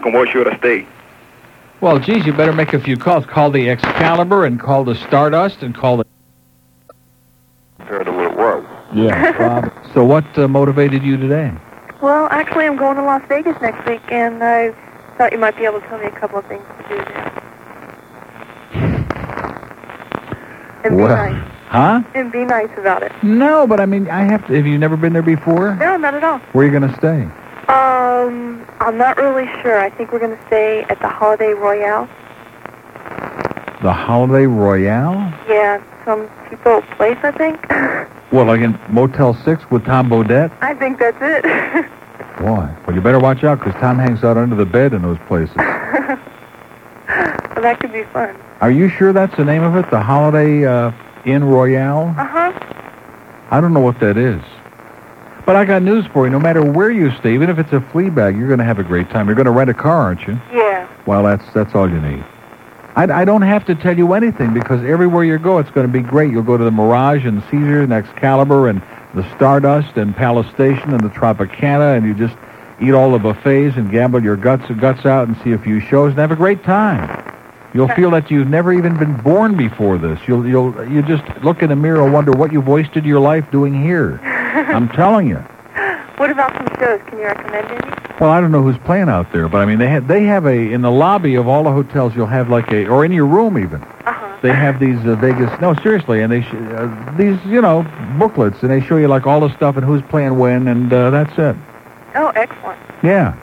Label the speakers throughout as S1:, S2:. S1: can wash you out of state.
S2: Well, geez, you better make a few calls. Call the Excalibur and call the Stardust and call the.
S1: Compared to what it was.
S2: Yeah. Bob, so what uh, motivated you today?
S3: Well, actually, I'm going to Las Vegas next week, and I thought you might be able to tell me a couple of things to do there. And
S2: Well.
S3: be nice.
S2: Huh?
S3: And be nice about it.
S2: No, but I mean, I have to. Have you never been there before?
S3: No, not at all.
S2: Where are you going to stay?
S3: Um, I'm not really sure. I think we're going to stay at the Holiday Royale.
S2: The Holiday Royale?
S3: Yeah, some cheap old place, I think.
S2: Well, like in Motel 6 with Tom Bodette?
S3: I think that's it.
S2: Boy. Well, you better watch out because Tom hangs out under the bed in those places.
S3: well, that could be fun.
S2: Are you sure that's the name of it? The Holiday uh, Inn Royale?
S3: Uh huh.
S2: I don't know what that is. But I got news for you. No matter where you stay, even if it's a flea bag, you're going to have a great time. You're going to rent a car, aren't you?
S3: Yeah.
S2: Well, that's that's all you need. I, I don't have to tell you anything because everywhere you go, it's going to be great. You'll go to the Mirage and Caesar and Excalibur and the Stardust and Palace Station and the Tropicana, and you just eat all the buffets and gamble your guts guts out and see a few shows and have a great time. You'll feel that you've never even been born before this. You'll you'll you just look in the mirror and wonder what you've wasted your life doing here. I'm telling you.
S3: What about some shows? Can you recommend any?
S2: Well, I don't know who's playing out there, but I mean, they have, they have a in the lobby of all the hotels. You'll have like a, or in your room even.
S3: Uh
S2: They have these uh, Vegas. No, seriously, and they sh- uh, these you know booklets, and they show you like all the stuff and who's playing when, and uh, that's it.
S3: huh. Oh, excellent.
S2: Yeah,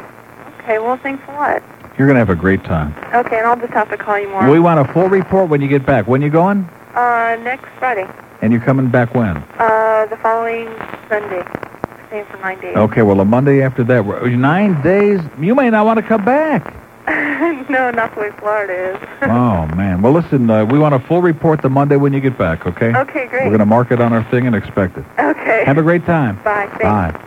S3: Okay, well, thanks a lot.
S2: you're gonna have a great time.
S3: Okay, and I'll just have to call you more.
S2: We want a full report when you get back. When you going?
S3: Uh, next Friday.
S2: And you're coming back when?
S3: Uh, the following Sunday. Staying for nine days.
S2: Okay, well, the Monday after that. we're- uh, Nine days. You may not want to come back.
S3: no, not the way Florida is.
S2: oh man. Well, listen, uh, we want a full report the Monday when you get back. Okay.
S3: Okay, great.
S2: We're gonna mark it on our thing and expect it.
S3: Okay.
S2: Have a great time.
S3: Bye. Thanks.
S2: Bye.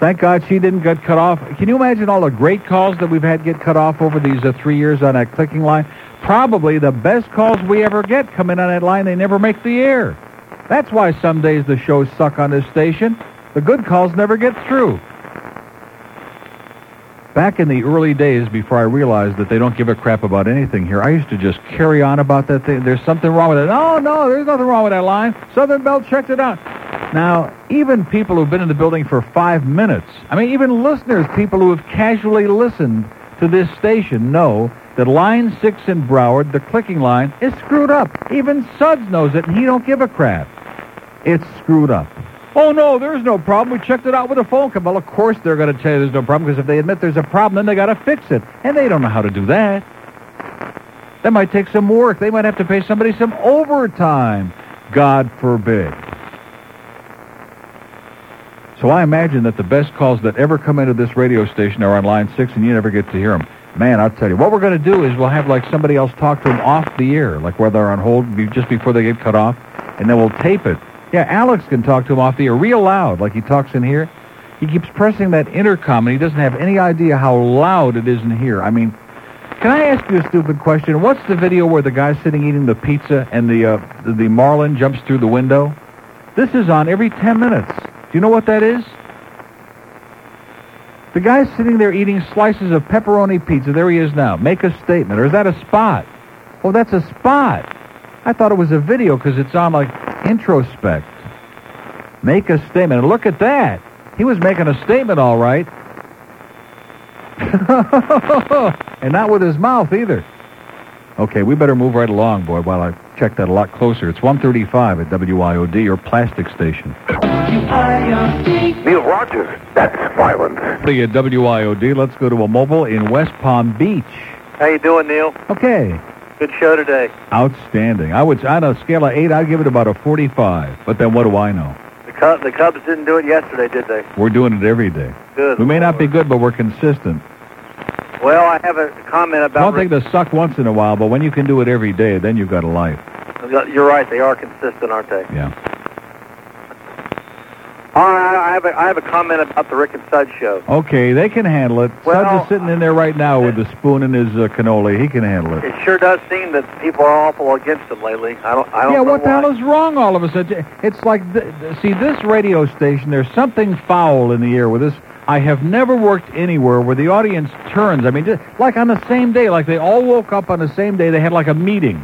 S2: Thank God she didn't get cut off. Can you imagine all the great calls that we've had get cut off over these uh, three years on that clicking line? Probably the best calls we ever get come in on that line. They never make the air. That's why some days the shows suck on this station. The good calls never get through. Back in the early days, before I realized that they don't give a crap about anything here, I used to just carry on about that thing. There's something wrong with it. No, no, there's nothing wrong with that line. Southern Bell checked it out. Now, even people who've been in the building for five minutes, I mean, even listeners, people who have casually listened to this station know that line six in Broward, the clicking line, is screwed up. Even Suds knows it, and he don't give a crap. It's screwed up. Oh, no, there's no problem. We checked it out with a phone call. Well, of course they're going to tell you there's no problem, because if they admit there's a problem, then they got to fix it. And they don't know how to do that. That might take some work. They might have to pay somebody some overtime. God forbid. So I imagine that the best calls that ever come into this radio station are on line six, and you never get to hear them. Man, I'll tell you, what we're going to do is we'll have like somebody else talk to them off the air, like whether they're on hold be- just before they get cut off, and then we'll tape it. Yeah, Alex can talk to him off the air real loud, like he talks in here. He keeps pressing that intercom, and he doesn't have any idea how loud it is in here. I mean, can I ask you a stupid question? What's the video where the guy's sitting eating the pizza and the uh, the- the marlin jumps through the window? This is on every 10 minutes. Do you know what that is? The guy's sitting there eating slices of pepperoni pizza. There he is now. Make a statement. Or is that a spot? Oh, that's a spot. I thought it was a video because it's on like introspect. Make a statement. And look at that. He was making a statement all right. and not with his mouth either. Okay, we better move right along, boy, while I check that a lot closer. It's 135 at WIOD, your plastic station.
S1: Neil Rogers. That's violence.
S2: The uh, WIOD, let's go to a mobile in West Palm Beach.
S4: How you doing, Neil?
S2: Okay,
S4: Good show today.
S2: outstanding. I would, on a scale of 8, I'd give it about a 45. But then what do I know?
S4: The Cubs, the Cubs didn't do it yesterday, did they?
S2: We're doing it every day.
S4: Good.
S2: We may not be
S4: Lord.
S2: good, but we're consistent.
S4: Well, I have a comment
S2: I
S4: about.
S2: don't think they suck once in a while, but when you can do it every day, then you've got a life.
S4: You're right. They are consistent, aren't they?
S2: Yeah.
S4: All right. I have a, I have a comment about the Rick and Sud show.
S2: Okay, they can handle it.
S4: Well,
S2: Suds is sitting in there right now with a spoon in his uh, cannoli. He can handle it.
S4: It sure does seem that people are awful against it lately. I don't. I don't
S2: Yeah,
S4: know
S2: what the
S4: why.
S2: hell is wrong all of a sudden? It's like, th- th- see, this radio station, there's something foul in the air with this I have never worked anywhere where the audience turns. I mean, just, like on the same day, like they all woke up on the same day. They had like a meeting,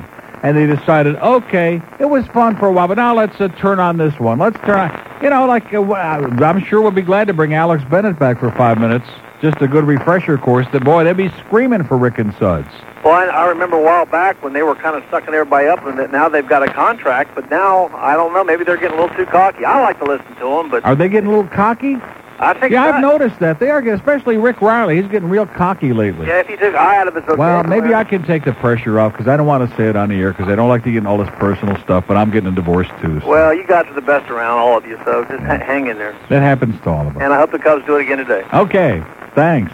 S2: and they decided, okay, it was fun for a while, but now let's uh, turn on this one. Let's turn on, you know, like uh, wh- I'm sure we'll be glad to bring Alex Bennett back for five minutes. Just a good refresher course. That boy, they'd be screaming for Rick and Suds.
S4: Well, I, I remember a while back when they were kind of sucking everybody up, and that now they've got a contract. But now I don't know. Maybe they're getting a little too cocky. I like to listen to them, but
S2: Are they getting a little cocky?
S4: I think
S2: Yeah, I've
S4: not.
S2: noticed that. They are, getting- especially Rick Riley. He's getting real cocky lately.
S4: Yeah, if you took I out of it, it's okay.
S2: Well, maybe I can take the pressure off because I don't want to say it on the air because I don't like to get in all this personal stuff. But I'm getting a divorce too. So
S4: Well, you guys are the best around, all of you. So just ha- hang in there.
S2: that happens to all of us.
S4: And I hope the Cubs do it again today.
S2: Okay, thanks.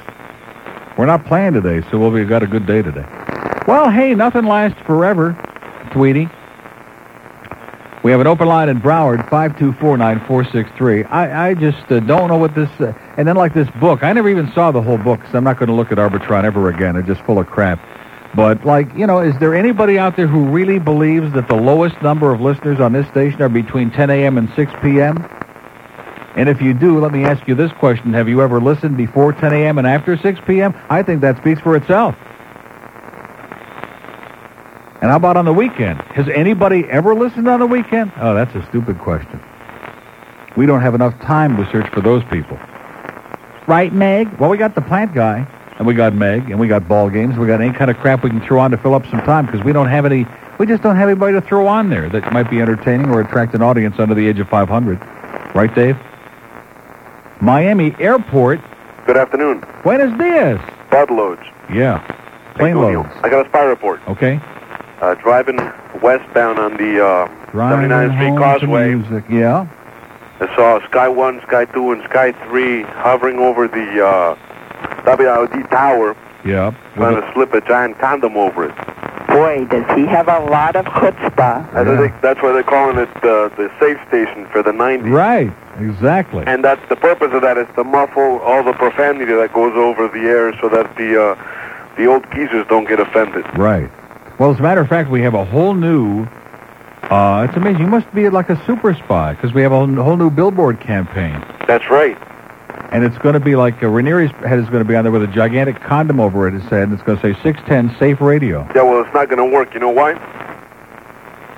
S2: We're not playing today, so we'll be got a good day today. Well, hey, nothing lasts forever, sweetie. We have an open line in Broward, 524-9463. I, I just uh, don't know what this... Uh, and then like this book. I never even saw the whole book, so I'm not going to look at Arbitron ever again. It's just full of crap. But, like, you know, is there anybody out there who really believes that the lowest number of listeners on this station are between 10 a.m. and 6 p.m.? And if you do, let me ask you this question. Have you ever listened before 10 a.m. and after 6 p.m.? I think that speaks for itself. And how about on the weekend? Has anybody ever listened on the weekend? Oh, that's a stupid question. We don't have enough time to search for those people. Right, Meg? Well, we got the plant guy, and we got Meg, and we got ball games. We got any kind of crap we can throw on to fill up some time because we don't have any. We just don't have anybody to throw on there that might be entertaining or attract an audience under the age of 500. Right, Dave? Miami Airport.
S1: Good afternoon.
S2: Buenos dias.
S1: Bud loads.
S2: Yeah. Plane
S1: Antonio.
S2: loads.
S1: I got a spy report.
S2: Okay.
S1: Uh, driving westbound on the uh,
S2: Driving
S1: 79th Street
S2: home to
S1: Causeway.
S2: music. Yeah.
S1: I saw Sky 1, Sky 2, and Sky 3 hovering over the uh, WIOD tower,
S2: Yeah.
S1: trying
S2: With
S1: to slip a giant condom over it.
S5: Boy, does he have a lot of chutzpah.
S1: I
S2: Yeah.
S1: think that's why they're calling it uh, the safe station for the
S2: a-
S1: 90s.
S2: right. Exactly.
S1: And that's the purpose of that is to muffle all the profanity that goes over the air so that the uh, the old geezers don't get offended.
S2: Right. Well, as a matter of fact, we have a whole new. Uh, it's amazing. You must be like a super spy because we have a whole new billboard campaign,
S1: That's right.
S2: and it's going to be like uh, Ranieri's head is going to be on there with a gigantic condom over it. It said, and it's going to say "610 Safe Radio."
S1: Yeah, well, it's not going to work. You know why?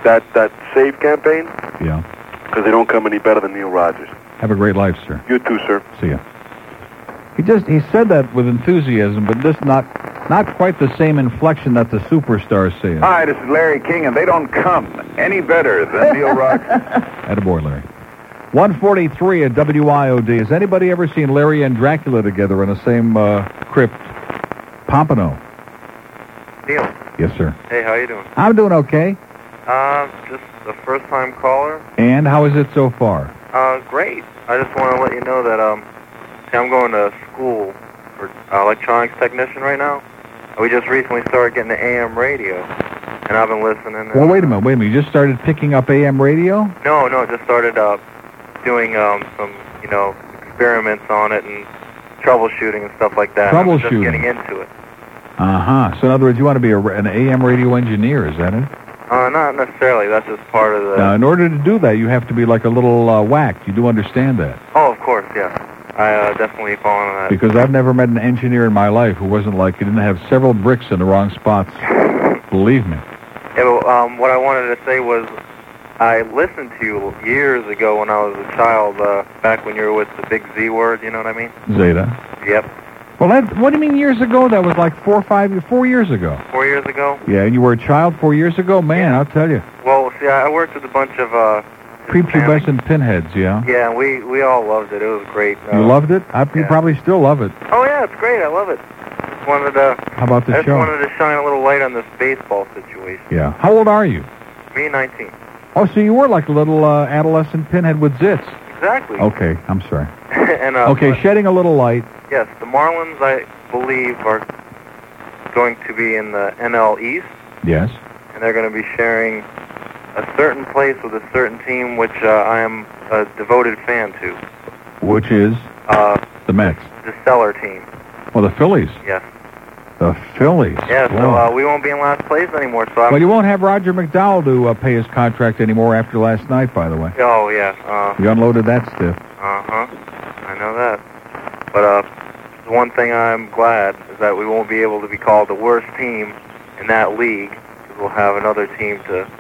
S1: That that save campaign
S2: Yeah.
S1: because they don't come any better than Neil Rogers.
S2: Have a great life, sir.
S1: You too, sir.
S2: See ya. He just he said that with enthusiasm, but just not not quite the same inflection that the superstar's saying.
S6: Hi, this is Larry King, and they don't come any better than Neil Rogers.
S2: Attaboy, Larry. 143 at WIOD. Has anybody ever seen Larry and Dracula together in the same uh, crypt? Pompano.
S7: Neil.
S2: Yes, sir.
S7: Hey, how you doing?
S2: I'm doing okay.
S7: Um, just a first-time caller.
S2: And how is it so far?
S7: Uh, great. I just want to let you know that um, see, I'm going to school for uh, electronics technician right now. We just recently started getting the AM radio, and I've been listening.
S2: Well, wait a minute. Wait a minute. You just started picking up AM radio?
S7: No, no, just started uh, doing um some you know experiments on it and troubleshooting and stuff like that. I'm just
S2: Troubleshooting.
S7: getting into it.
S2: Uh huh. So, in other words, you want to be a, ra- an AM radio engineer, is that it?
S7: Uh, not necessarily. That's just part of the.
S2: Now, in order to do that, you have to be like a little uh, whack. You do understand that.
S7: Oh, of course, yeah. I uh, definitely fall into that.
S2: Because I've never met an engineer in my life who wasn't like, he didn't have several bricks in the wrong spots. Believe me.
S7: Yeah, well, um, what I wanted to say was I listened to you years ago when I was a child, uh, back when you were with the big Z word, you know what I mean?
S2: Zeta.
S7: Yep.
S2: Well, that, what do you mean years ago? That was like four or five, four years ago.
S7: Four years ago?
S2: Yeah, and you were a child four years ago? Man, I'll tell you.
S7: Well, see, I I worked with a bunch of, uh... Hispanic-
S2: Prepubescent pinheads, yeah.
S7: Yeah, and we, we all loved it. It was great. Uh,
S2: You loved it? I, You
S7: Yeah.
S2: probably still love it.
S7: Oh, yeah, it's great. I love it. Just wanted to,
S2: How about
S7: I
S2: the
S7: just
S2: show?
S7: wanted to shine a little light on this baseball situation.
S2: Yeah. How old are you?
S7: Me, 19.
S2: Oh, so you were like a little uh, adolescent pinhead with zits.
S7: Exactly.
S2: Okay, I'm sorry.
S7: and, uh,
S2: Oh. Okay, shedding a little light.
S7: Yes, the Marlins, I believe, are going to be in the NL East,
S2: Yes.
S7: and they're going to be sharing a certain place with a certain team, which uh, I am a devoted fan to,
S2: Which is
S7: uh,
S2: the Mets.
S7: the Stellar team.
S2: Well, the Phillies.
S7: Yes.
S2: The Phillies.
S7: Yeah, so
S2: Wow.
S7: uh, we won't be in last place anymore. So I'm.
S2: Well, you won't have Roger McDowell to uh, pay his contract anymore after last night, by the way.
S7: oh yeah.
S2: You unloaded that stiff.
S7: Uh huh. I know that. But uh, the one thing I'm glad is that we won't be able to be called the worst team in that league because we'll have another team to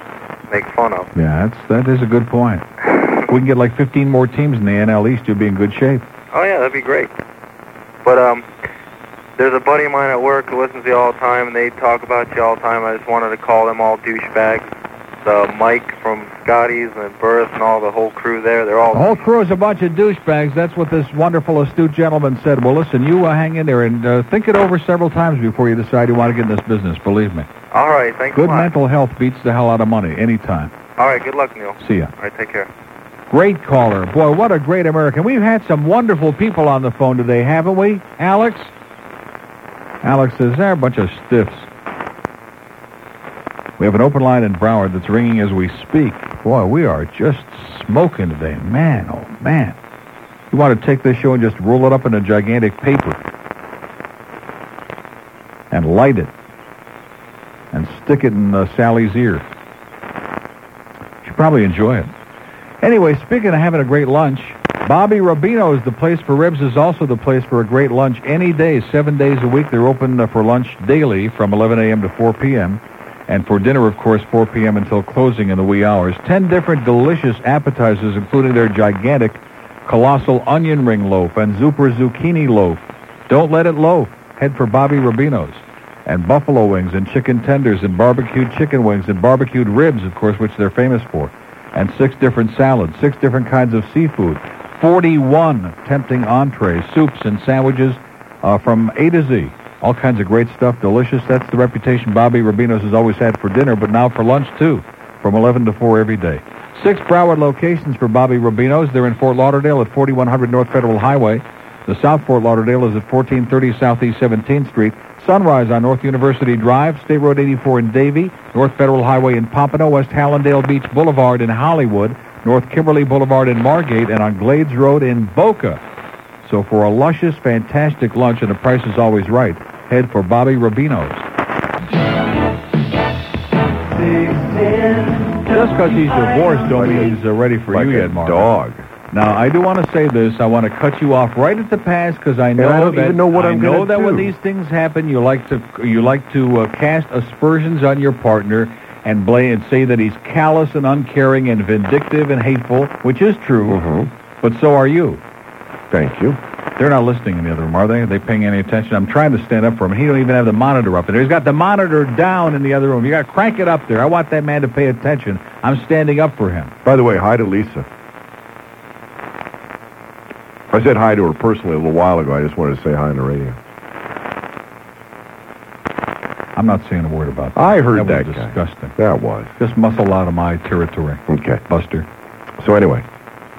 S7: make fun of.
S2: Yeah, that's that is a good point. If we can get like 15 more teams in the NL East, you'll be in good shape.
S7: Oh yeah, that'd be great. But um, there's a buddy of mine at work who listens to you all the time, and they talk about you all the time. I just wanted to call them all douchebags. The Mike from Scotty's and Burris and all the whole crew there—they're all
S2: The whole crew is a bunch of douchebags. That's what this wonderful, astute gentleman said. Well, listen, you uh, hang in there and uh, think it over several times before you decide you want to get in this business. Believe me.
S7: all right. Thanks
S2: Good
S7: a lot.
S2: mental health beats the hell out of money anytime.
S7: All right. Good luck, Neil.
S2: See ya.
S7: All right. Take care.
S2: Great caller. Boy, what a great American. We've had some wonderful people on the phone today, haven't we, Alex? Alex says they're a bunch of stiffs. We have an open line in Broward that's ringing as we speak. Boy, we are just smoking today. Man, oh, man. You want to take this show and just roll it up in a gigantic paper and light it and stick it in uh, Sally's ear. She'd probably enjoy it. Anyway, speaking of having a great lunch, Bobby Robino is the place for ribs. Is also the place for a great lunch any day, seven days a week. They're open uh, for lunch daily from 11 a.m. to 4 p.m. And for dinner, of course, 4 p.m. until closing in the wee hours. Ten different delicious appetizers, including their gigantic, colossal onion ring loaf and super zucchini loaf. Don't let it loaf. Head for Bobby Robino's. And buffalo wings and chicken tenders and barbecued chicken wings and barbecued ribs, of course, which they're famous for and six different salads, six different kinds of seafood, 41 tempting entrees, soups, and sandwiches uh, from A to Z. All kinds of great stuff, delicious. That's the reputation Bobby Rubino's has always had for dinner, but now for lunch too, from 11 to 4 every day. Six Broward locations for Bobby Rubino's. They're in Fort Lauderdale at 4100 North Federal Highway. The South Fort Lauderdale is at 1430 Southeast 17th Street. Sunrise on North University Drive, State Road 84 in Davie, North Federal Highway in Pompano, West Hallandale Beach Boulevard in Hollywood, North Kimberly Boulevard in Margate, and on Glades Road in Boca. So for a luscious, fantastic lunch, and the price is always right, head for Bobby Rubino's. Just because he's divorced don't mean he's uh, ready for
S6: like
S2: you
S6: a
S2: yet, Mark.
S6: dog.
S2: Now, I do want to say this. I want to cut you off right at the pass because I know
S6: I don't
S2: that
S6: even know what
S2: I
S6: I'm
S2: know
S6: gonna
S2: that when
S6: do.
S2: these things happen, you like to you like to uh, cast aspersions on your partner and blame and say that he's callous and uncaring and vindictive and hateful, which is true.
S6: Mm-hmm.
S2: But so are you.
S6: Thank you.
S2: They're not listening in the other room, are they? Are they paying any attention? I'm trying to stand up for him. He don't even have the monitor up in there. He's got the monitor down in the other room. You got to crank it up there. I want that man to pay attention. I'm standing up for him.
S6: By the way, hi to Lisa. I said hi to her personally a little while ago. I just wanted to say hi on the radio.
S2: I'm not saying a word about that.
S6: I heard
S2: that
S6: that,
S2: was
S6: guy.
S2: disgusting.
S6: That was.
S2: Just muscle out of my territory,
S6: Okay.
S2: Buster.
S6: So anyway,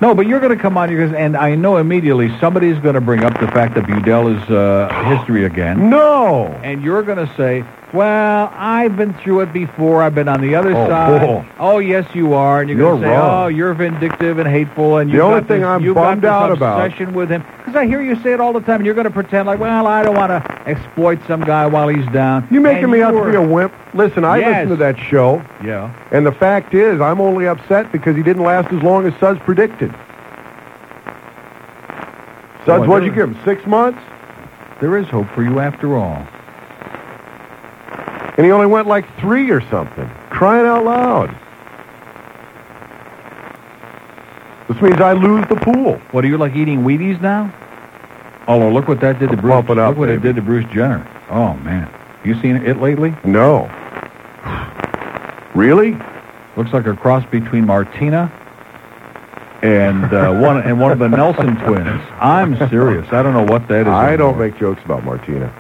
S2: No, but you're going to come on here, and I know immediately somebody's going to bring up the fact that Budell is uh, history again,
S6: no.
S2: and you're going to say, "Well, I've been through it before. I've been on the other
S6: Oh,
S2: side."
S6: bull.
S2: Oh, yes, you are, and you're, going to
S6: You're
S2: say,
S6: wrong.
S2: "Oh, you're vindictive and hateful," and
S6: The
S2: you've
S6: only
S2: got
S6: thing
S2: this,
S6: I'm
S2: you've
S6: bummed
S2: got
S6: out
S2: this
S6: about-
S2: obsession with him, because I hear you say it all the time, and you're going to pretend like, "Well, I don't want to exploit some guy while he's down."
S6: You making
S2: And
S6: me out to
S2: you're-
S6: be a wimp? Listen, I
S2: Yes.
S6: listened to that show,
S2: yeah.
S6: and the fact is, I'm only upset because he didn't last as long as Suds predicted.
S2: Oh, I
S6: Suds, what'd you
S2: didn't.
S6: give him? Six months,
S2: There is hope for you after all.
S6: and he only went like three or something. Crying out loud. This means I lose the pool.
S2: What are you like eating Wheaties now? Oh, well, look what that did to Bruce.
S6: Pump it up,
S2: look what it
S6: baby.
S2: did to Bruce Jenner. Oh man, you seen it lately?
S6: No. Really?
S2: Looks like a cross between Martina and uh, one and one of the Nelson twins. I'm serious. I don't know what that is.
S6: I don't
S2: anymore.
S6: make jokes about Martina.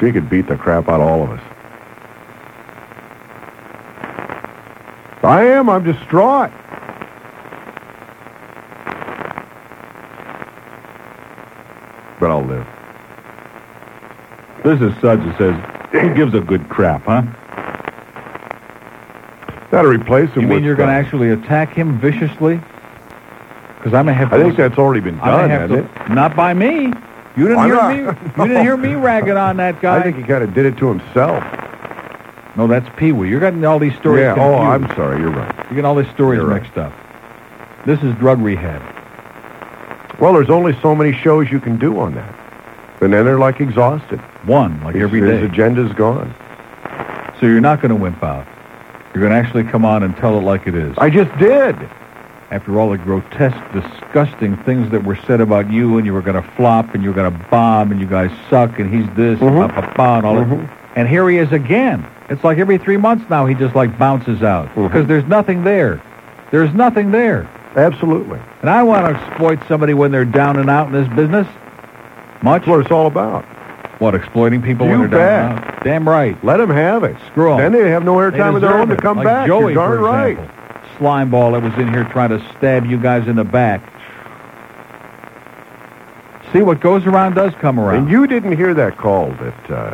S6: She could beat the crap out of all of us. I am. I'm distraught. But I'll live.
S2: This is Suds that says, "Who gives a good crap, huh?"
S6: That'll replace him.
S2: You mean
S6: with,
S2: you're going to
S6: uh,
S2: actually attack him viciously? Because I'm gonna have.
S6: I
S2: to
S6: think that's already been
S2: I
S6: done,
S2: may have
S6: hasn't it?
S2: to. Not by me. You didn't
S6: Why
S2: hear
S6: not?
S2: me. You didn't hear me ragging on that guy.
S6: I think he kind of did it to himself.
S2: No, that's Pee Wee. You're getting all these stories
S6: yeah.
S2: confused.
S6: Oh, I'm sorry. You're right.
S2: You're getting all these stories
S6: You're right.
S2: mixed up. This is drug rehab.
S8: Well, there's only so many shows you can do on that. And then they're like exhausted.
S2: One, like
S8: his,
S2: every
S8: his
S2: day.
S8: agenda's gone.
S2: So you're not going to wimp out. You're going to actually come on and tell it like it is.
S8: I just did.
S2: After all the grotesque, disgusting things that were said about you, and you were going to flop, and you were going to bomb, and you guys suck, and he's this,
S8: Mhm.
S2: ba, ba, ba, and all that.
S8: Mhm.
S2: And here he is again. It's like every three months now he just like bounces out
S8: Mhm.
S2: because there's nothing there. There's nothing there.
S8: Absolutely.
S2: And I want to exploit somebody when they're down and out in this business. Much?
S8: That's what it's all about.
S2: What, exploiting people
S8: You
S2: when they're down and out? Damn right.
S8: Let them have it.
S2: Screw 'em.
S8: Then they have no airtime of their
S2: deserve
S8: own to
S2: it.
S8: come
S2: like
S8: back.
S2: Joey,
S8: You're darn
S2: for
S8: right.
S2: example. Slimeball that was in here trying to stab you guys in the back. See, what goes around does come around.
S8: And you didn't hear that call that uh,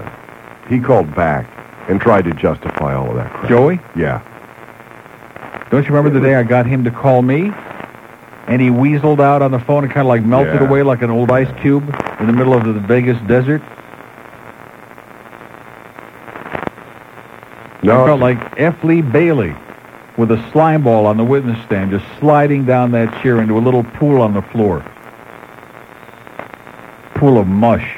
S8: he called back and tried to justify all of that crap.
S2: Joey?
S8: Yeah.
S2: Don't you remember the day I got him to call me? And he weaseled out on the phone and kind of like melted
S8: Yeah.
S2: away like an old ice cube in the middle of the Vegas desert. I
S8: No.
S2: felt like F. Lee Bailey with a slime ball on the witness stand, just sliding down that chair into a little pool on the floor. Pool of mush.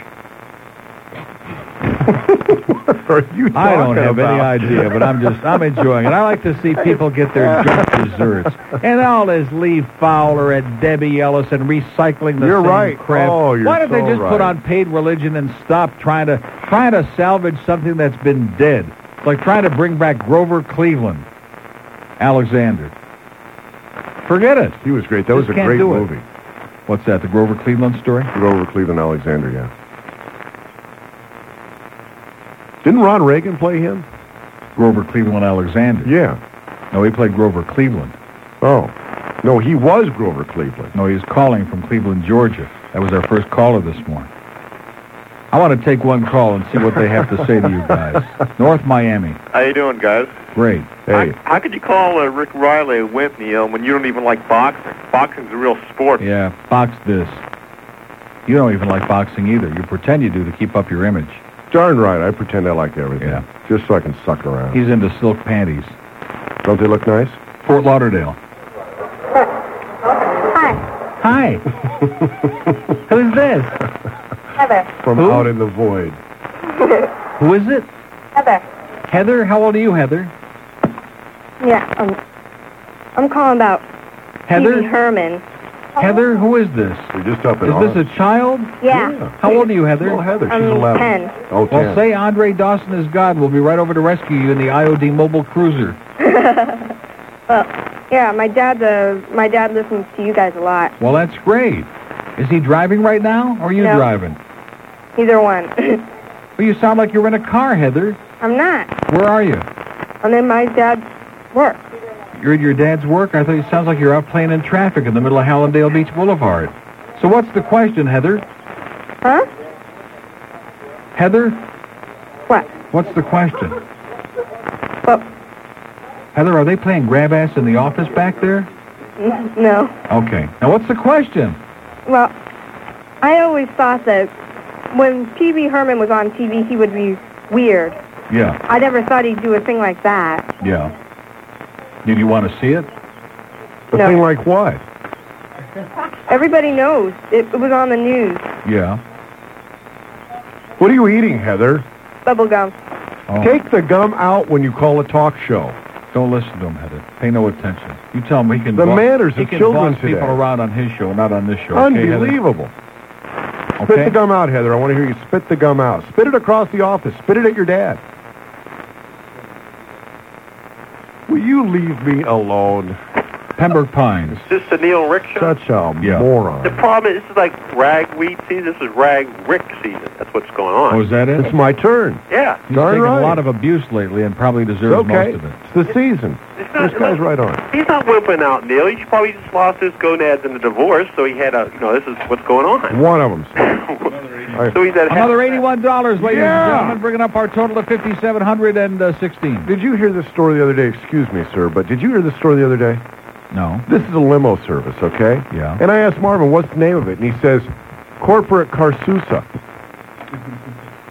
S8: are you talking
S2: I don't have any
S8: about?
S2: idea, but I'm just I'm enjoying it. I like to see people get their just desserts. And all this Lee Fowler and Debbie Ellis and recycling the
S8: You're
S2: same
S8: right.
S2: crap.
S8: Oh, you're
S2: Why don't they
S8: so
S2: just put
S8: right.
S2: on paid religion and stop trying to trying to salvage something that's been dead? It's like trying to bring back Grover Cleveland, Alexander. Forget it.
S8: He was great. That was
S2: Just
S8: a
S2: can't
S8: great
S2: do it.
S8: movie.
S2: What's that? The Grover Cleveland story?
S8: Grover Cleveland Alexander, yeah. Didn't Ron Reagan play him?
S2: Grover Cleveland Alexander.
S8: Yeah.
S2: No, he played Grover Cleveland.
S8: Oh. No, he was Grover Cleveland.
S2: No, he's calling from Cleveland, Georgia. That was our first caller this morning. I want to take one call and see what they have to say to you guys. North Miami.
S9: How you doing, guys?
S2: Great.
S8: Hey,
S9: How, how could you call uh, Rick Riley a wimp, Neil, when you don't even like boxing? Boxing's a real sport.
S2: Yeah, box this. You don't even like boxing either. You pretend you do to keep up your image.
S8: darn right. I pretend I like everything.
S2: Yeah.
S8: Just so I can suck around.
S2: He's into silk panties.
S8: Don't they look nice?
S2: Fort Lauderdale.
S10: Hi,
S2: Hi. Who's this?
S10: Heather.
S8: From
S2: Who?
S8: out in the void.
S2: Who is it?
S10: Heather.
S2: Heather? How old are you, Heather?
S10: Yeah, um, I'm calling about Pee Wee
S2: Heather?
S10: Herman.
S2: Heather? Who is this?
S8: They're just up in
S2: Is
S8: arms.
S2: this a child?
S10: Yeah.
S2: How old are you, Heather?
S8: Well, Heather, she's
S10: I'm
S8: 11.
S10: 10.
S8: Oh, 10.
S2: Well, say Andre Dawson is God. We'll be right over to rescue you in the IOD mobile cruiser.
S10: Yeah, my dad's a, my dad listens to you guys a lot.
S2: Well, that's great. Is he driving right now, or are you
S10: No.
S2: driving?
S10: Either one.
S2: Well, you sound like you're in a car, Heather.
S10: I'm not.
S2: Where are you?
S10: I'm in my dad's work.
S2: You're at your dad's work? I thought it sounds like you're out playing in traffic in the middle of Hallandale Beach Boulevard. So what's the question, Heather?
S10: Huh?
S2: Heather,
S10: What?
S2: what's the question?
S10: Well,
S2: Heather, are they playing grab ass in the office back there?
S10: n- no.
S2: Okay. Now, what's the question?
S10: Well, I always thought that when Pee Wee Herman was on TV, he would be weird.
S2: Yeah,
S10: I never thought he'd do a thing like that.
S2: yeah. Did you want to see it?
S8: a
S10: no.
S8: thing like what?
S10: Everybody knows. It, it was on the news.
S2: Yeah.
S8: What are you eating, Heather?
S10: Bubblegum.
S2: Oh.
S8: Take the gum out when you call a talk show.
S2: Don't listen to him, Heather. Pay no attention. You tell him he can.
S8: The
S2: boss-
S8: manners
S2: he
S8: of
S2: can
S8: children
S2: boss people
S8: today.
S2: around on his show, not on this show. okay, Heather?
S8: Unbelievable. Spit
S2: Okay?
S8: the gum out, Heather. I want to hear you spit the gum out. Spit it across the office. Spit it at your dad. Will you leave me alone?
S2: Pembroke Pines.
S9: Is this the Neil Rick show?
S8: Such a
S2: Yeah.
S9: the
S8: moron.
S9: problem is, this is like ragweed season. This is rag Rick season. That's what's going on.
S2: Oh, is that it?
S8: It's my turn.
S9: yeah.
S2: He's
S8: darn
S2: taken
S8: right.
S2: a lot of abuse lately and probably deserves
S8: okay.
S2: most of it.
S8: It's the season.
S9: It's not-
S8: This guy's right on.
S9: He's not whimping out, Neil. He probably just lost his gonads in the divorce, so he had a, you know, this is what's going on.
S8: One of them.
S9: so he's at
S2: Another eighty-one dollars, ladies
S8: Yeah.
S2: and gentlemen, bringing up our total to fifty-seven hundred and sixteen.
S8: Did you hear this story the other day? Excuse me, sir, but did you hear this story the other day?
S2: No.
S8: This is a limo service, okay?
S2: Yeah.
S8: And I asked Marvin, what's the name of it? And he says, Corporate Carsusa.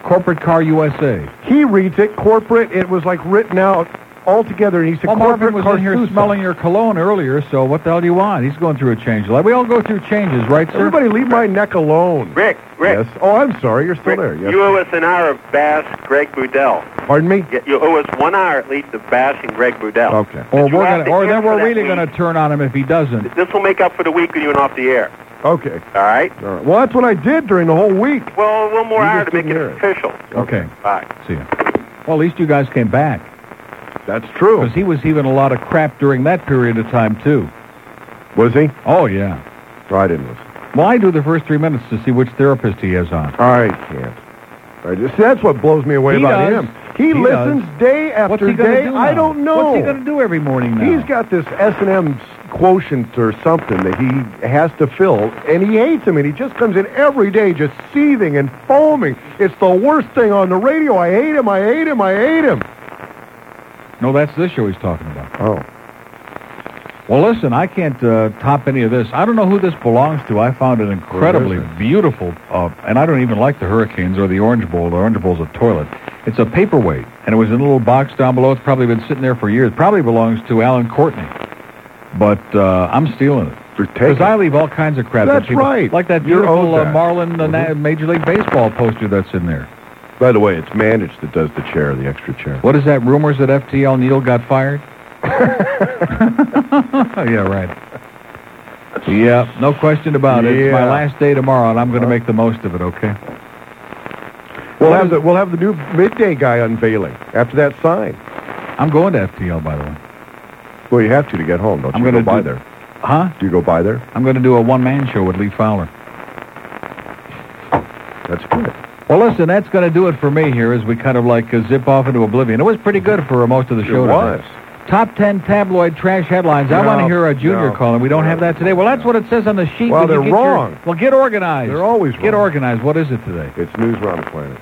S2: Corporate Car USA.
S8: He reads it corporate. It was like written out
S11: altogether. He's a
S2: Well, Marvin
S11: corporate
S2: was in here
S11: Carthusa.
S2: smelling your cologne earlier, so what the hell do you want? He's going through a change. Like, We all go through changes, right, sir?
S11: Everybody, leave my neck alone.
S9: Rick, Rick.
S11: Yes. Oh, I'm sorry. You're still there. Yes.
S9: You owe us an hour of Bass, Greg Budell.
S11: Pardon me.
S9: Yeah, You owe us one hour at least of Bass and Greg Budell.
S11: Okay.
S2: Or, we're
S9: you have
S2: gonna,
S9: to
S2: or
S9: care
S2: then
S9: for
S2: we're
S9: that
S2: really
S9: week.
S2: going to turn on him if he doesn't.
S9: This will make up for the week when you went off the air.
S11: Okay.
S9: All right?
S11: All right. Well, that's what I did during the whole week.
S9: Well, one more
S11: You
S9: hour
S11: just
S9: to make it
S11: didn't hear it.
S9: official.
S2: Okay.
S9: Bye.
S2: See ya. Well, at least you guys came back.
S11: That's true.
S2: Because he was heaving a lot of crap during that period of time, too.
S11: Was he?
S2: Oh, yeah.
S11: I didn't listen.
S2: Well, I do the first three minutes to see which therapist he is on.
S11: I can't. I just, see, that's what blows me away
S2: He
S11: about
S2: does.
S11: him. He,
S2: He
S11: listens day after
S2: What's he gonna
S11: day.
S2: do
S11: I
S2: now?
S11: don't know.
S2: What's he going to do every morning now?
S11: He's got this S and M quotient or something that he has to fill, and he hates him. And he just comes in every day, just seething and foaming. It's the worst thing on the radio. I hate him. I hate him. I hate him.
S2: No, that's this show he's talking about.
S11: Oh.
S2: Well, listen, I can't uh, top any of this. I don't know who this belongs to. I found it incredibly
S11: Who is
S2: beautiful, uh, and I don't even like the Hurricanes or the Orange Bowl. The Orange Bowl's a toilet. It's a paperweight, and it was in a little box down below. It's probably been sitting there for years. Probably belongs to Alan Courtney, but uh, I'm stealing it. Because I leave all kinds of crap. that
S11: That's
S2: people-
S11: right.
S2: Like that
S11: You're owed
S2: beautiful uh,
S11: that. Mm-hmm.
S2: Marlin uh, na- Major League Baseball poster that's in there.
S8: By the way, it's Manage that does the chair, the extra chair.
S2: What is that? Rumors that FTL Needle got fired? yeah, right. Yeah, no question about it. It's my
S11: Yeah.
S2: last day tomorrow, and I'm going to make the most of it, okay?
S11: We'll
S2: What
S11: have
S2: is-
S11: the we'll have the new midday guy unveiling after that sign.
S2: I'm going to FTL, by the way.
S8: Well, you have to to get home, don't
S2: I'm
S8: you?
S2: gonna
S8: go by
S2: do-
S8: there.
S2: Huh?
S8: Do you go by there?
S2: I'm going to do a one-man show with Lee Fowler.
S8: That's good.
S2: Well, listen, that's going to do it for me here as we kind of like uh, zip off into oblivion. It was pretty good for uh, most of the show
S8: it
S2: today.
S8: was.
S2: Top 10 tabloid trash headlines. I
S11: No,
S2: want to hear a junior
S11: no,
S2: calling. We don't have that today. Well, that's what it says on the sheet.
S11: Well,
S2: when
S11: they're
S2: you get your-
S11: wrong.
S2: well, get organized.
S11: They're always
S2: Get
S11: wrong.
S2: organized. What is it today?
S8: It's news around the planet.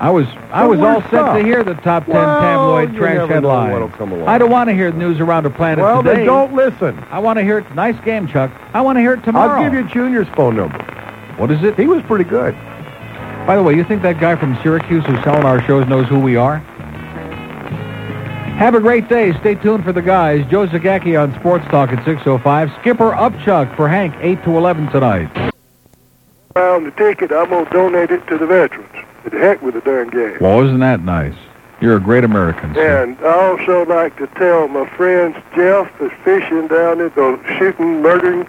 S2: I was I
S11: The
S2: was all
S11: worst
S2: set
S11: stuff.
S2: to hear the top 10
S11: Well,
S2: tabloid
S11: you
S2: trash
S11: never know what'll
S2: headlines.
S11: come along.
S2: I don't want to hear the news around the planet
S11: Well,
S2: today.
S11: they don't listen.
S2: I want to hear it. Nice game, Chuck. I want to hear it
S11: I'll
S2: tomorrow.
S11: give you Junior's phone number.
S2: What is it?
S11: He was pretty good.
S2: By the way, you think that guy from Syracuse who's selling our shows knows who we are? Have a great day. Stay tuned for the guys. Joe Zagacki on Sports Talk at 605. Skipper Upchuck for Hank, 8 to 11 tonight.
S12: Found the ticket. I'm gonna donate it to the veterans. To the heck with the darn game.
S2: Well, isn't that nice? You're a great American.
S12: And I also like to tell my friends Jeff is fishing down at the shooting, murdering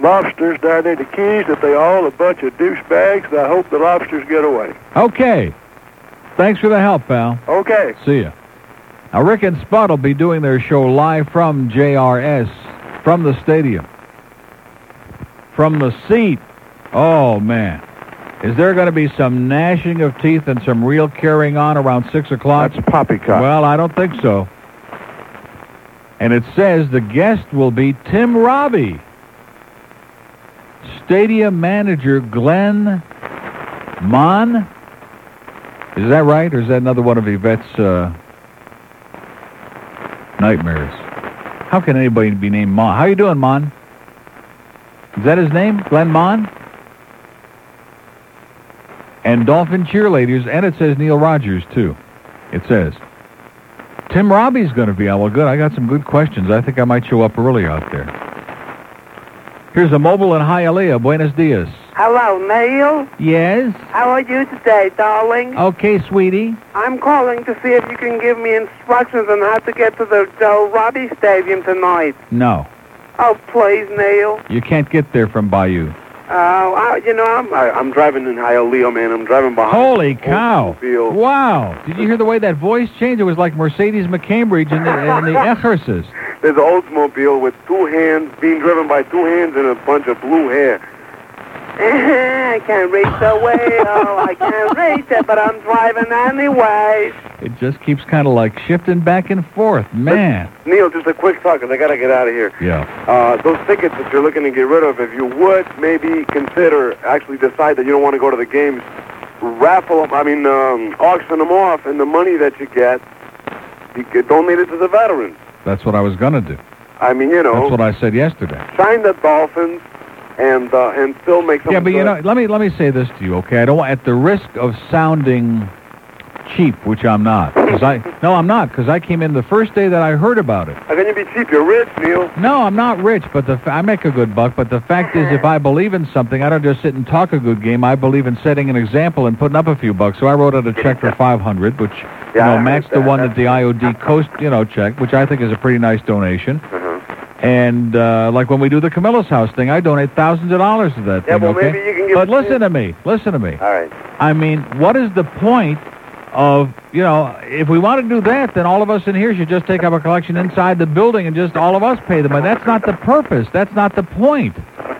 S12: lobsters down in the Keys that they all a bunch of douchebags. I hope the lobsters get away.
S2: Okay. Thanks for the help, pal.
S12: Okay.
S2: See ya. Now, Rick and Spud will be doing their show live from JRS, from the stadium, from the seat. Oh, man. Is there going to be some gnashing of teeth and some real carrying on around 6 o'clock?
S8: That's poppycock.
S2: Well, I don't think so. And it says the guest will be Tim Robbie, stadium manager Glenn Mon. Is that right, or is that another one of Yvette's uh, nightmares? How can anybody be named Mon? How you doing, Mon? Is that his name, Glenn Mon? And Dolphin cheerleaders, and it says Neil Rogers too. It says Tim Robbie's going to be out. Well, good. I got some good questions. I think I might show up early out there. Here's a mobile in Hialeah. Buenos dias.
S13: Hello, Neil.
S2: Yes.
S13: How are you today, darling?
S2: Okay, sweetie.
S13: I'm calling to see if you can give me instructions on how to get to the Joe Robbie Stadium tonight.
S2: No,
S13: Oh, please, Neil.
S2: you can't get there from Bayou.
S13: Oh, I, you know, I'm...
S12: uh, I, I'm driving in Hialeah, man. I'm driving behind.
S2: Holy cow!
S12: Oldsmobile.
S2: Wow! Did you hear the way that voice changed? It was like Mercedes McCambridge and the, and the Echerses.
S12: There's an Oldsmobile with two hands, being driven by two hands and a bunch of blue hair.
S13: I can't reach the
S3: Oh,
S13: wheel. I can't reach it, but I'm driving anyway.
S2: It just keeps kind of like shifting back and forth. Man.
S12: Neil, just a quick thought, 'cause I got to get out of here.
S2: Yeah.
S12: Uh, those tickets that you're looking to get rid of, if you would maybe consider, actually decide that you don't want to go to the games, raffle them, I mean, um, auction them off, and the money that you get, you could donate it to the veterans.
S2: That's what I was gonna do.
S12: I mean, you
S2: That's
S12: know,
S2: what I said yesterday.
S12: sign the Dolphins and uh, and still make some
S2: Yeah, but you know, let me let me say this to you, okay? I don't want, at the risk of sounding cheap, which I'm not. 'Cause I no, I'm not, because I came in the first day that I heard about it.
S12: How can you be cheap? You're rich, Neil.
S2: No, I'm not rich, but the fa- I make a good buck. But the fact is, if I believe in something, I don't just sit and talk a good game. I believe in setting an example and putting up a few bucks. So I wrote out a check for 500, which you
S14: Yeah, I
S2: know
S14: heard
S2: matched the
S14: that.
S2: one that the IOD Coast you know check, which I think is a pretty nice donation.
S12: Mm-hmm.
S2: And uh, like when we do the Camilla's house thing, I donate thousands of dollars to that
S12: Yeah,
S2: thing.
S12: well,
S2: okay?
S12: maybe you can give
S2: but
S12: it to-
S2: listen to me. Listen to me.
S12: All right.
S2: I mean, what is the point of, you know, if we want to do that, then all of us in here should just take up a collection inside the building and just all of us pay the money. That's not the purpose. That's not the point.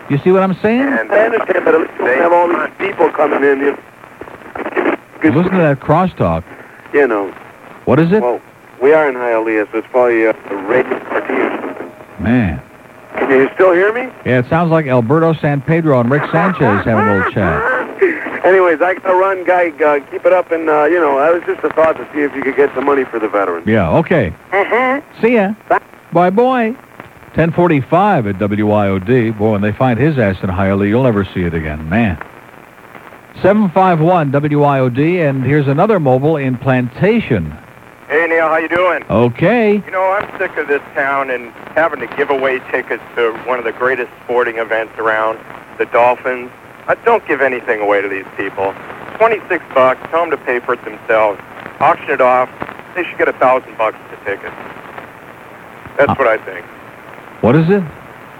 S2: You see what I'm saying?
S12: I understand, but at least you don't have all these people coming in. You,
S2: Listen to that crosstalk.
S12: you know,
S2: What is it?
S12: we are in Hialeah, so it's probably uh, a radio party or something.
S2: Man.
S12: Can you still hear me?
S2: Yeah, it sounds like Alberto San Pedro and Rick Sanchez having a little chat.
S12: Anyways, I gotta run, guy. Uh, keep it up, and uh, you know, that was just a thought to see if you could get some money for the veterans.
S2: Yeah, okay.
S12: Uh-huh.
S2: See ya. Bye bye. 1045 at WIOD. Boy, when they find his ass in Hialeah, you'll never see it again. Man. 751 WIOD, and here's another mobile in Plantation.
S15: Hey Neil, how you doing?
S2: Okay.
S15: You know, I'm sick of this town and having to give away tickets to one of the greatest sporting events around, the Dolphins. I don't give anything away to these people. 26 bucks, tell them to pay for it themselves. Auction it off. They should get a thousand bucks to tickets. That's what I think.
S2: What is it?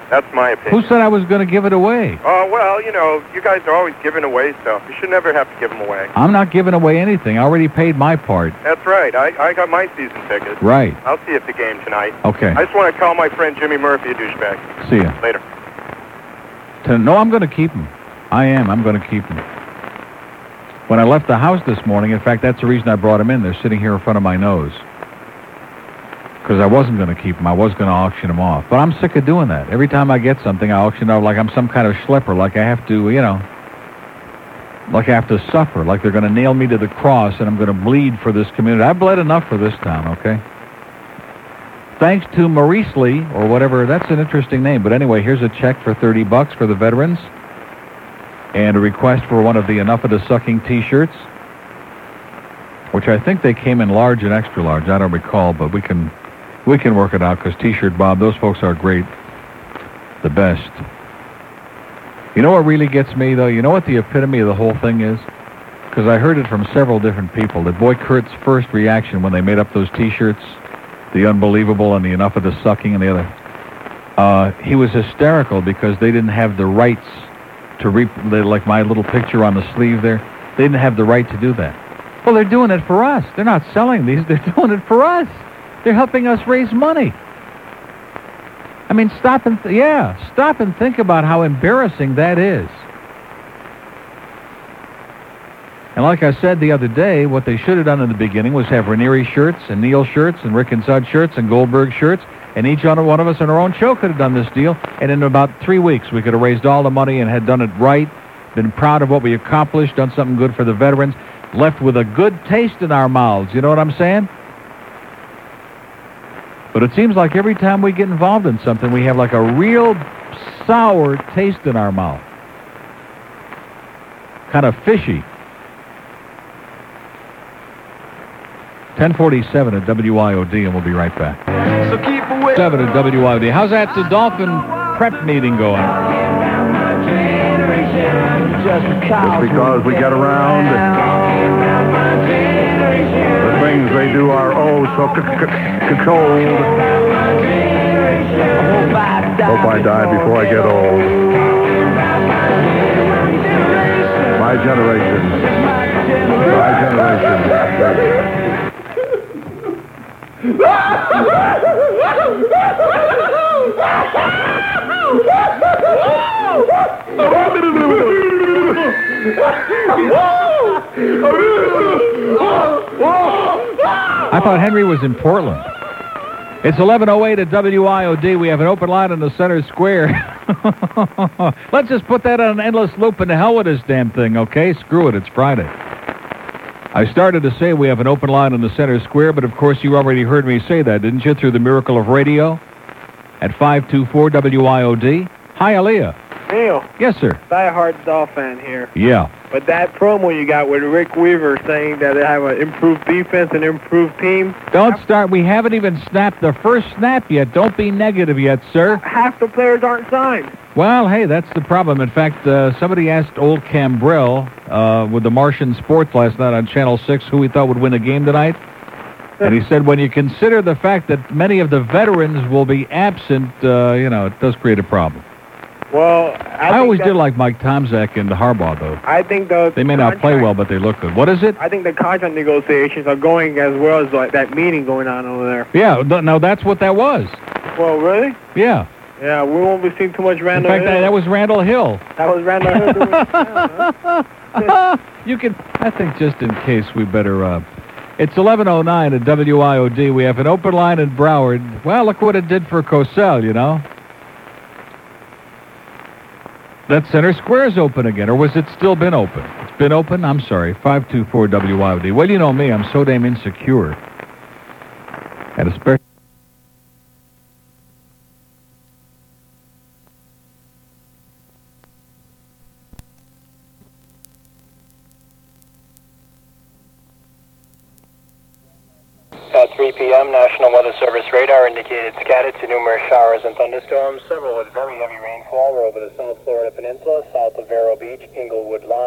S15: That's my
S2: Who
S15: opinion.
S2: said I was going to give it away?
S15: Oh, well, you know, you guys are always giving away stuff. You should never have to give them away.
S2: I'm not giving away anything. I already paid my part.
S15: That's right. I, I got my season tickets.
S2: Right.
S15: I'll see you at the game tonight.
S2: Okay.
S15: I just want to call my friend Jimmy Murphy a douchebag.
S2: See ya.
S15: Later.
S2: To- no, I'm going to keep them. I am. I'm going to keep them. When I left the house this morning, in fact, that's the reason I brought them in. They're sitting here in front of my nose. Because I wasn't going to keep them. I was going to auction them off. But I'm sick of doing that. Every time I get something, I auction it off like I'm some kind of schlepper, like I have to, you know, like I have to suffer, like they're going to nail me to the cross and I'm going to bleed for this community. I've bled enough for this town, okay? Thanks to Maurice Lee, or whatever, that's an interesting name. But anyway, here's a check for 30 bucks for the veterans and a request for one of the Enough of the Sucking t-shirts, which I think they came in large and extra large. I don't recall, but we can we can work it out because T-shirt Bob, those folks are great, the best. You know what really gets me though? You know what the epitome of the whole thing is? Because I heard it from several different people that Boy Kurt's first reaction when they made up those T-shirts, the unbelievable and the Enough of the Sucking and the other, uh, he was hysterical because they didn't have the rights to re- they- like my little picture on the sleeve there. They didn't have the right to do that. Well, they're doing it for us. They're not selling these. They're doing it for us. They're helping us raise money. I mean, stop and th- yeah, stop and think about how embarrassing that is. And like I said the other day, what they should have done in the beginning was have Ranieri shirts and Neil shirts and Rick and Sud shirts and Goldberg shirts, and each one one of us on our own show could have done this deal. And in about three weeks, we could have raised all the money and had done it right, been proud of what we accomplished, done something good for the veterans, left with a good taste in our mouths. You know what I'm saying? But it seems like every time we get involved in something, we have like a real sour taste in our mouth. Kind of fishy. 1047 at WIOD, and we'll be right back. 7 at WIOD. How's that the Dolphin prep meeting going?
S8: It's because we get around the things they do are oh so c- c- c- controlled. Hope I die before I get old. My generation. My generation.
S2: I thought Henry was in Portland. It's 1108 at WIOD. We have an open line in the center square. Let's just put that on an endless loop and the hell with this damn thing, okay? Screw it, it's Friday. I started to say we have an open line in the center square, but of course you already heard me say that, didn't you, through the miracle of radio at 524 WIOD? Hi, Aaliyah.
S14: Neil,
S2: Yes, sir.
S14: diehard Dolphin here.
S2: Yeah.
S14: But that promo you got with Rick Weaver saying that they have an improved defense and improved team,
S2: Don't start. We haven't even snapped the first snap yet. Don't be negative yet, sir.
S14: half the players aren't signed.
S2: Well, hey, that's the problem. In fact, uh, somebody asked old Cambrell uh, with the Martian Sports last night on Channel 6 who he thought would win a game tonight. And he said, when you consider the fact that many of the veterans will be absent, uh, you know, it does create a problem.
S14: Well, I,
S2: I,
S14: think
S2: always
S14: that-
S2: did like Mike Tomzak and Harbaugh, though.
S14: I think the
S2: They may not play well, but they look good. What is it?
S14: I think the contract negotiations are going as well as like, that meeting going on over there.
S2: Yeah, th- no, that's what that was.
S14: Well, really?
S2: Yeah.
S14: Yeah, we won't be seeing too much
S2: In
S14: Randall.
S2: fact, that, that was Randall Hill.
S14: that was Randall Hill. doing-
S2: you can. I think just in case we better. Uh, it's 11:09 at WIOD. We have an open line in Broward. Well, look what it did for Cosell. You know. That center square is open again, or was it still been open? It's been open. I'm sorry. 524 WIOD. Well, you know me. I'm so damn insecure. And especially.
S16: At 3 p.m., National Weather Service radar indicated scattered to numerous showers and thunderstorms, several with very heavy rainfall over the South Florida Peninsula, south of Vero Beach, Inglewood Line.